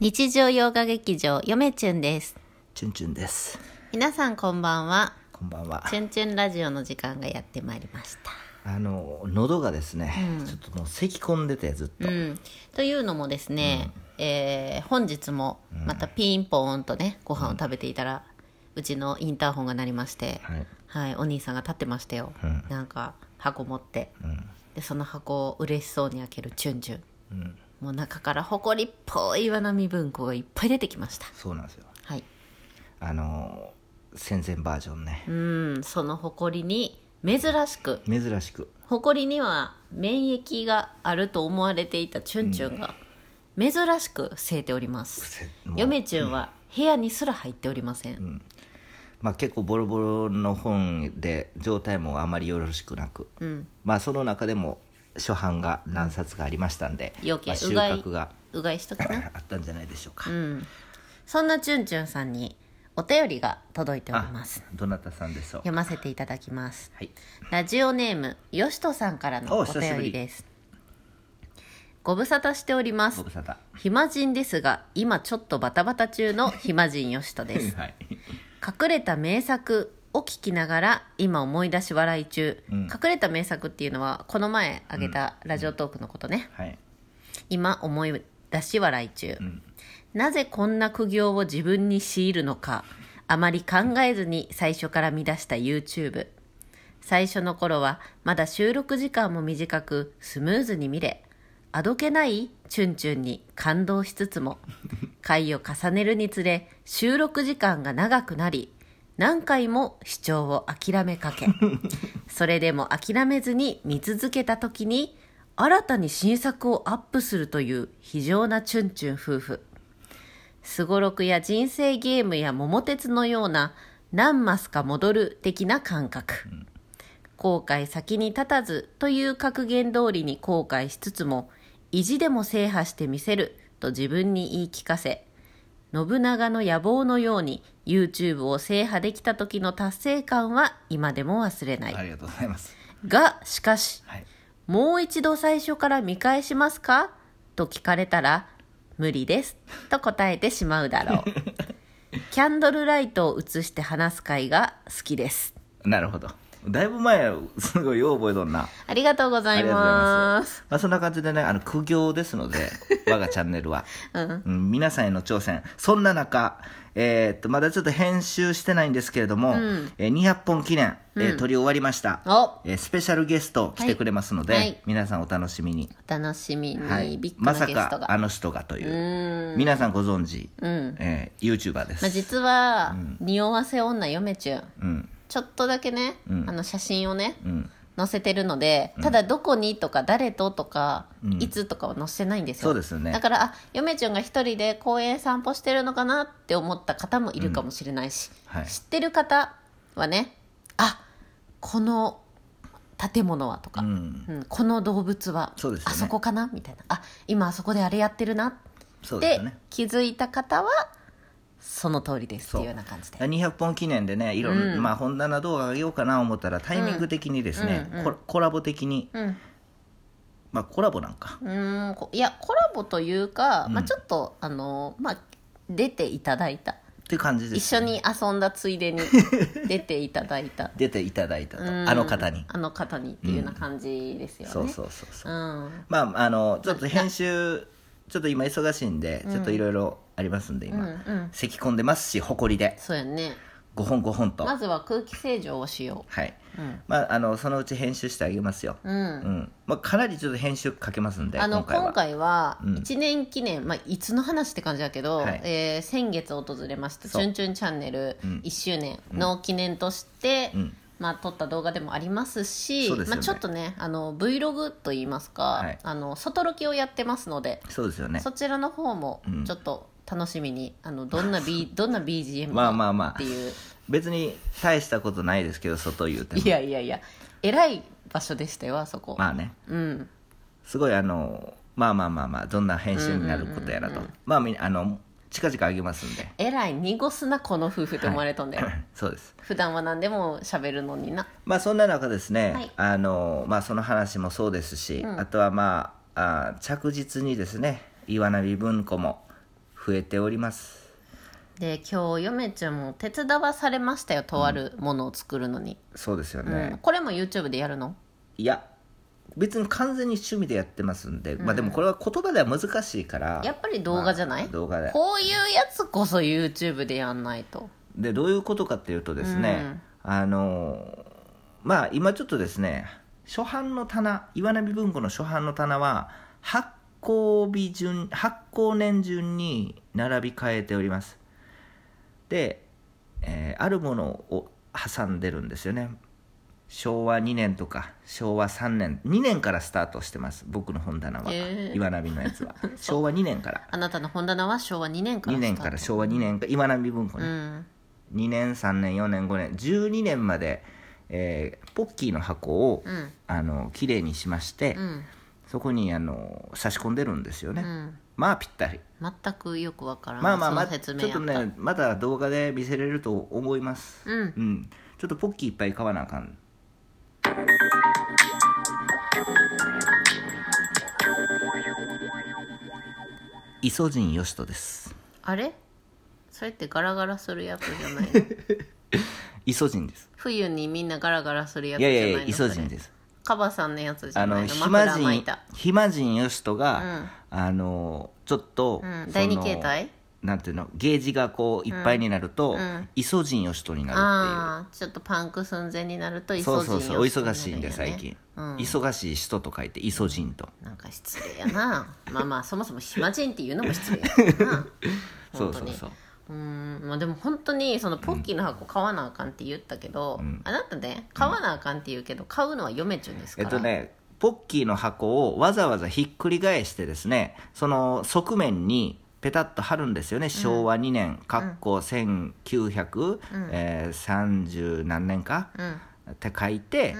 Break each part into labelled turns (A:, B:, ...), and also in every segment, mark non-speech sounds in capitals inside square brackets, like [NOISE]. A: 日常洋画劇場よめちゅんです
B: チュンチュンです。
A: 皆さんこんばんは
B: こんばんは。
A: ちゅんちゅんラジオの時間がやってまいりました
B: あの喉がですね、ちょっともう咳込んでてずっと、
A: うん、というのもですね、えー本日もまたピンポーンとねご飯を食べていたら、うちのインターホンが鳴りまして、
B: はい
A: はいお兄さんが立ってましたよ、なんか箱持って、でその箱を嬉しそうに開けるチュンチュン、もう中から埃っぽい岩波文庫がいっぱい出てきました
B: そうなんですよ。
A: はい
B: あの戦前バージョンね、
A: うんその埃に珍しく
B: 珍しく
A: 埃には免疫があると思われていたチュンチュンが珍しくせいております、
B: せもう
A: 嫁チュンは部屋にすら入っておりません、
B: まあ結構ボロボロの本で状態もあまりよろしくなく、まあその中でも初版が何冊かありましたんで、
A: 余計
B: まあ収
A: うがい
B: 穫が
A: うがいしときな
B: あったんじゃないでしょうか。
A: そんなチュンチュンさんにお便りが届いており
B: あ
A: ます、
B: どなたさんでしょう。
A: 読ませていただきます
B: はい。
A: ラジオネームよしとさんからの
B: お
A: お
B: 久しぶ
A: 便
B: り
A: りですご無沙汰しております
B: ご無沙汰。
A: 暇人ですが今ちょっとバタバタ中の暇人よしとです
B: はい。
A: 隠れた名作を聞きながら今思い出し笑い中、隠れた名作っていうのはこの前あげたラジオトークのことね、
B: はい。
A: 今思い出し笑い中、なぜこんな苦行を自分に強いるのかあまり考えずに最初から見出した YouTube 最初の頃はまだ収録時間も短くスムーズに見れあどけないチュンチュンに感動しつつも回を重ねるにつれ収録時間が長くなり何回も視聴を諦めかけそれでも諦めずに見続けた時に新たに新作をアップするという非常なチュンチュン夫婦すごろくや人生ゲームや桃鉄のような何マスか戻る的な感覚、後悔先に立たずという格言通りに後悔しつつも意地でも制覇してみせると自分に言い聞かせ信長の野望のように YouTube を制覇できた時の達成感は今でも忘れない、
B: ありがとうございます。
A: がしかし
B: はい。
A: もう一度最初から見返しますかと聞かれたら、無理ですと答えてしまうだろう。
B: [LAUGHS]
A: キャンドルライトを映して話す会が好きです。
B: なるほど。だいぶ前、すごいよう覚えとんな。
A: ありがとうござ
B: あ
A: い
B: りがとうござい
A: ま。
B: ますす。まあ、そんな感じでね、あの、苦行ですの
A: [LAUGHS]
B: で、我がチャンネルは。うん皆さんへの挑戦。そんな中、えーっと、まだちょっと編集してないんですけれども、えー200本記念、えー撮り終わりました。
A: お
B: えースペシャルゲスト来てくれますので、
A: はいはい
B: 皆さんお楽しみに。
A: お楽しみに、
B: はい
A: ビッ。グな
B: ま
A: ゲス
B: さ
A: トが。
B: か、あの人がという。皆さんご存知、えー、YouTuber です。
A: まあ、実は、匂わせ女嫁ちゅん、
B: ん
A: ちょっとだけね、あの写真をね、載せてるのでただどこにとか誰ととか、いつとかは載せてないんですよ
B: そうですよね
A: だからあ嫁ちゅんが一人で公園散歩してるのかなって思った方もいるかもしれないし、
B: うんはい
A: 知ってる方はねあこの建物はとか、
B: うん。
A: うんこの動物は
B: そうですよ
A: あ
B: ね
A: そこかなみたいなあ今あそこであれやってるな
B: そうで
A: で
B: すよね。
A: 気づいた方はその通りですっていうような感じで
B: 200本記念でねいろんな、まあ、本棚動画あげようかな思ったらタイミング的にですね、コラコラボ的に、
A: ん
B: まあコラボなんか
A: うーんこいやコラボというか、まあ、ちょっとあのまあ出ていただいた
B: っていう感じで
A: 一
B: す、
A: 緒に遊んだついでに出ていただいた
B: 出ていただいたと、
A: うん
B: あの方に、
A: あの方にっていうような感じですよね、
B: そうそうそうそう、
A: うん
B: まああのちょっと編集ちょっと今忙しいんで、ちょっといろいろありますんで今、
A: うんうん
B: 咳込んでますし埃で
A: そうやね
B: 5本5本と、
A: まずは空気清浄をしよ
B: はい、まああのそのうち編集してあげますよ、
A: ううん
B: うんまあ、かなりちょっと編集かけますんで
A: あの
B: 今回は
A: 今回は
B: うん
A: 1年記念、まあ、いつの話って感じだけど、
B: はい
A: えー先月訪れました「チ
B: そう
A: ュンチュンチャンネル
B: うん」
A: 1周年の記念として、
B: うん
A: まあ、撮った動画でもありますし
B: そうです
A: ま
B: よね
A: あ、ちょっとねあの Vlog といいますか、
B: はい
A: あの外ロケをやってますので、
B: そうですよね
A: そちらの方も
B: うん
A: ちょっと楽しみに、あのどんな
B: [LAUGHS]
A: B どんな BGM
B: まあまあまあ
A: っていう、
B: 別に大したことないですけど外言うても
A: いやいやいやえらい場所でしたよあそこ、
B: まあね
A: うん
B: すごいあのまあまあまあまあどんな編集になることやらと、まあみあの近々あげますんで [LAUGHS]
A: えらい濁すなこの夫婦って思われたんだよ、
B: そうです
A: 普段は何でも喋るのにな
B: まあそんな中ですね、
A: はい
B: あのまあその話もそうですし、あとはまああー着実にですね岩波文庫も増えております
A: で今日嫁ちゃんも手伝わされましたよとあるものを作るのに、
B: そうですよ
A: うん
B: ね、
A: これも YouTube でやるの
B: いや別に完全に趣味でやってますんで、まあでもこれは言葉では難しいから
A: やっぱり動画じゃない、
B: まあ動画で
A: こういうやつこそ YouTube でやんないと
B: でどういうことかっていうとですね、あのまあ今ちょっとですね初版の棚岩波文庫の初版の棚は発行日順発行年順に並び替えておりますで、えーあるものを挟んでるんですよね昭和2年とか昭和3年2年からスタートしてます僕の本棚は、
A: えー
B: 岩波のや [LAUGHS] つは昭和2年から
A: あなたの本棚は昭和2年からス
B: 2
A: ター
B: 年
A: ト
B: から昭和2年から岩波文庫ね、
A: うん
B: 2年3年4年5年12年まで、えーポッキーの箱を、
A: うん
B: あの綺麗にしまして、
A: うん
B: そこにあの差し込んでるんですよね、
A: うん
B: まあぴったり
A: 全くよくわからん
B: まあまあまあ
A: その
B: ち
A: 説
B: ょっ
A: 明や
B: と
A: った
B: ねまだ動画で見せれると思います
A: うん
B: うんちょっとポッキーいっぱい買わなあかん磯陣義人です
A: あれそれってガラガラするやつじゃ
B: [LAUGHS]
A: ないの
B: 磯陣です
A: 冬にみんなガラガラするやつ
B: い
A: じゃ
B: や
A: ないいの
B: やいや磯陣です
A: すカバさんのやつじ
B: あ
A: ゃな
B: の
A: いのマフ
B: 暇
A: ラー巻い
B: 人
A: た
B: 暇人よしとが、あのちょっと、
A: うん
B: その
A: 第二形態
B: なんていうのゲージがこういっぱいになると、
A: ん
B: イソジンよしとになる
A: ああちょっとパンク寸前になると
B: ってい
A: 急
B: う
A: ぎ
B: そうそうそうお
A: に寄せて
B: 忙しいんで
A: くれる
B: 最
A: よね
B: 近、
A: うん
B: 忙しい人と書いてイソジンと、
A: なんか失礼やな [LAUGHS] まあまあそもそも暇人っていうのも失礼やから
B: [LAUGHS]
A: な
B: そ
A: 本当
B: うそう
A: に
B: そう
A: うーんまあでも本当にそのポッキーの箱買わなあかんって言ったけど、
B: ん
A: あなたね買わなあかんって言うけど買うのは嫁ちゅんですか
B: えっ
A: ら、
B: とねポッキーの箱をわざわざひっくり返してですねその側面にペタッと貼るんですよね、昭和2年かっこ1930、えー30何年か、
A: うん
B: って書いて、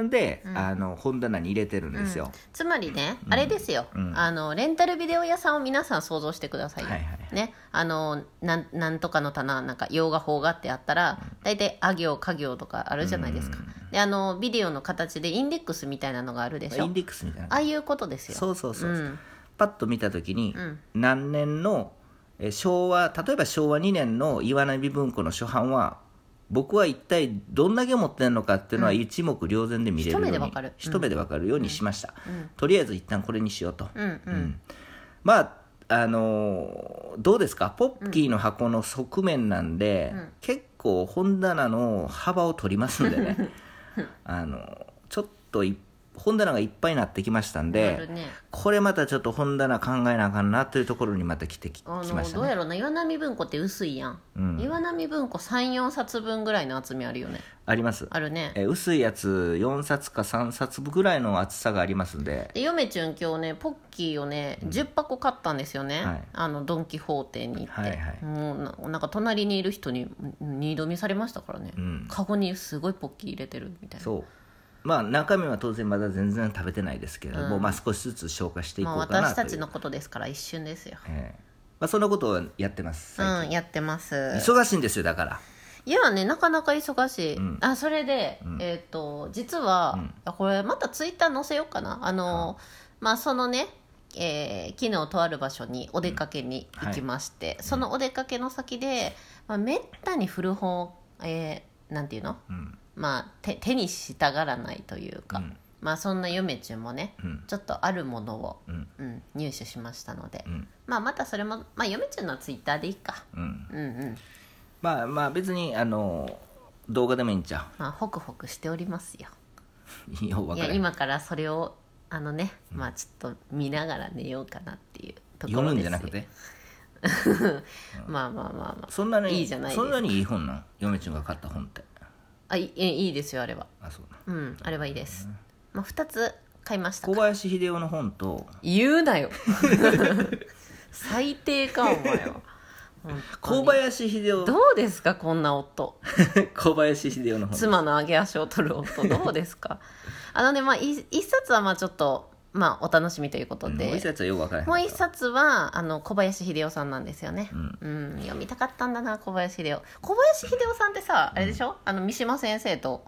B: ん、で、あの本棚に入れてるんですよ、
A: つまりね、あれですよ、あのレンタルビデオ屋さんを皆さん想像してくださいよ、
B: はいはい
A: ねあのなんなんとかの棚なんか洋画邦画ってあったら大体あ行家行とかあるじゃないですか、であのビデオの形でインデックスみたいなのがあるでし
B: イ
A: ょ
B: ンデックスみたいな
A: ああいうことですよ
B: そうそうそう、
A: うん
B: パッと見た時に、
A: ん
B: 何年のえー昭和例えば昭和2年の岩波文庫の初版は僕は一体どんだけ持ってんのかっていうのは一目瞭然で見れるよ
A: 一目
B: うに、
A: でわかる
B: 一目でわかるようにしました、とりあえず一旦これにしようと、
A: うんう
B: うんんまああのーどうですかポッキーの箱の側面なんで、結構本棚の幅を取りますんで
A: [LAUGHS]
B: ねあのーちょっとい本棚がいっぱいになってきましたん
A: ある
B: で、
A: ね
B: これまたちょっと本棚考えなあかんなというところにまた来てきき
A: あ
B: ま
A: の
B: した
A: どう
B: ね
A: やろうな岩波文庫って薄いやん、岩波文庫34冊分ぐらいの厚みあるよね
B: あります
A: あるね
B: えー薄いやつ4冊か3冊ぐらいの厚さがありますんで
A: で嫁ちゅん今日ねポッキーをね10箱買ったんですよね、
B: はい
A: あのドン・キホーテに行って、
B: はいはい
A: もうななんか隣にいる人にうん二度見されましたからね、
B: ん
A: カゴにすごいポッキー入れてるみたいな
B: そうまあ中身は当然まだ全然食べてないですけれども、まあ少しずつ消化してい
A: まあ
B: こうかな
A: 私
B: と
A: た
B: いう
A: ちのことですから一瞬ですよ、
B: ええまあ、そんなことをやってます、最
A: うんやってます
B: 近忙しいんですよだから
A: いやねなかなか忙しい、あそれで、えっ、と実は、あこれまたツイッター載せようかなあの、まあそのねえー昨日とある場所にお出かけに行きまして、そのお出かけの先で、まあ、めったに古本を、えーなんていうの、
B: ん
A: まあ、手手にしたがらないというか、
B: うん
A: まあ、そんな嫁中もね、
B: うん
A: ちょっとあるものを、
B: うん
A: うん入手しましたので、
B: うん
A: まあ、またそれも、まあ、嫁中のツイッターでいいか、
B: うん
A: うんうん
B: まあまあ別にあの動画でもいいんちゃ
A: まあ、ホクホクしておりますよ
B: うよう分
A: い
B: か
A: や
B: らん
A: 今からそれをあのね、まあちょっと見ながら寝ようかなっていうとこ
B: 読
A: ろ
B: むん
A: です
B: じゃ
A: よ
B: なくて
A: まあまあまあまあ
B: そんなに
A: いいじゃないです
B: そ
A: か
B: んなにいい本なの嫁ちゃんが買った本って
A: あいえいいですよあれは
B: あそうなの
A: うんあれはいいです、まあ、2つ買いました
B: 小林秀夫の本と
A: 言うな
B: [LAUGHS]
A: よ最低かお前
B: [LAUGHS]
A: は
B: 小林秀夫
A: どうですかこんな夫
B: 小林秀夫の本
A: 妻の上げ足を取る夫どうですかあのねまあい一冊はまあちょっとまあお楽しみということで、
B: もう一冊はよく分からへん
A: もう一冊はあの小林秀夫さんなんですよね、
B: うん
A: うん読みたかったんだな小林秀夫小林秀夫さんってさあれでしょ、あの三島先生と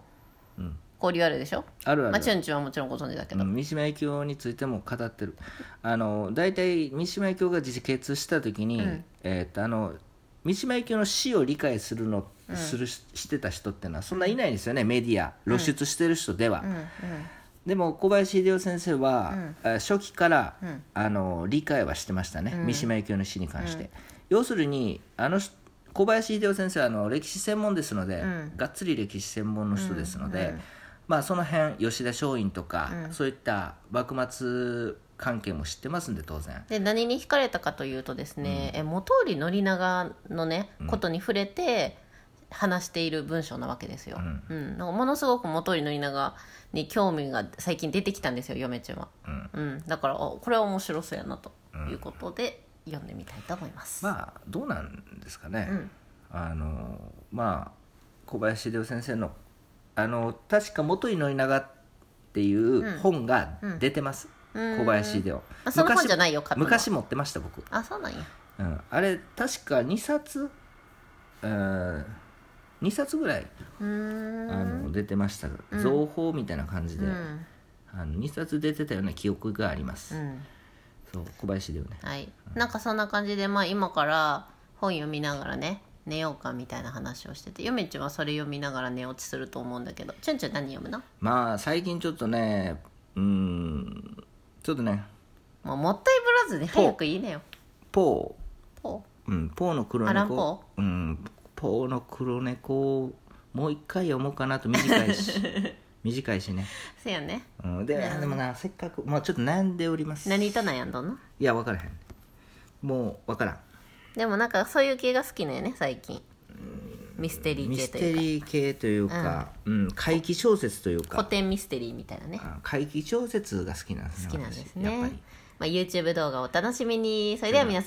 B: うん
A: こ交流あるでしょ
B: あるあ
A: まあ、チ
B: る
A: ュンチュンはもちろんご存知だけ
B: う
A: ど、
B: ん三島由紀夫についても語ってるあの大体三島由紀夫が自決した時に、
A: うん
B: えーっとあの三島由紀夫の死を理解するの、するししてた人ってのはそんないないですよね、メディア露出してる人では、
A: うんうん
B: でも小林秀夫先生は、あ初期から、
A: ん
B: あの理解はしてましたね、
A: うん
B: 三島由紀夫の死に関して、要するにあの人小林秀夫先生はあの歴史専門ですので、
A: うん
B: がっつり歴史専門の人ですので、
A: うんうん
B: まあ、その辺吉田松陰とか、
A: うん
B: そういった幕末関係も知ってますんで当然
A: で何に惹かれたかというとですね、え元織宣長のねことに触れて話している文章なわけですよ、
B: うん
A: うんなんかものすごく元織宣長に興味が最近出てきたんですよ嫁ちゃんは、うんだからあこれは面白そうやなということで、読んでみたいと思います、
B: まあどうなんですかね、
A: うん
B: あのまあ小林秀夫先生のあの確か「元井宣長」っていう本が出てます、
A: うん
B: 小林秀夫
A: あその本じゃないよ買ったのは
B: 昔持ってました僕、
A: あそうなんや
B: うん、あれ確か2冊うん2冊ぐらいう
A: ーん
B: あの出てました造法みたいな感じで、
A: うん
B: あの2冊出てたような記憶があります、
A: うん
B: そう小林秀夫ね
A: はい、なんかそんな感じで、まあ、今から本読みながらね寝ようかみたいな話をしててゆめちゃんはそれ読みながら寝落ちすると思うんだけどちゅんちゅん何読むの
B: まあ最近ちょっとねうんちょっとね
A: もうもったいぶらずに早く言いなよ
B: ポー
A: ポ
B: うん、ポーの黒
A: アラン
B: 猫
A: ポ
B: うん、ポーの黒猫をもう一回読もうかなと短
A: [LAUGHS]
B: いし短いしね、
A: ーせやね
B: うん、ででもなせっかくまあちょっと悩んでおります
A: 何と悩んどんの
B: いや分からへんもう分からん
A: でもなんかそういう系が好きなんやね最近ミステリー
B: ミ
A: 系
B: ス
A: と
B: テ
A: いう
B: リー系というか、うん怪奇小説という
A: か古
B: か
A: 典ミステリーみたいなね
B: あ怪奇小説が好きなんですね
A: 好きなんです
B: 私やっぱ
A: ね
B: り、
A: まあ、YouTube 動画お楽しみにそれでは皆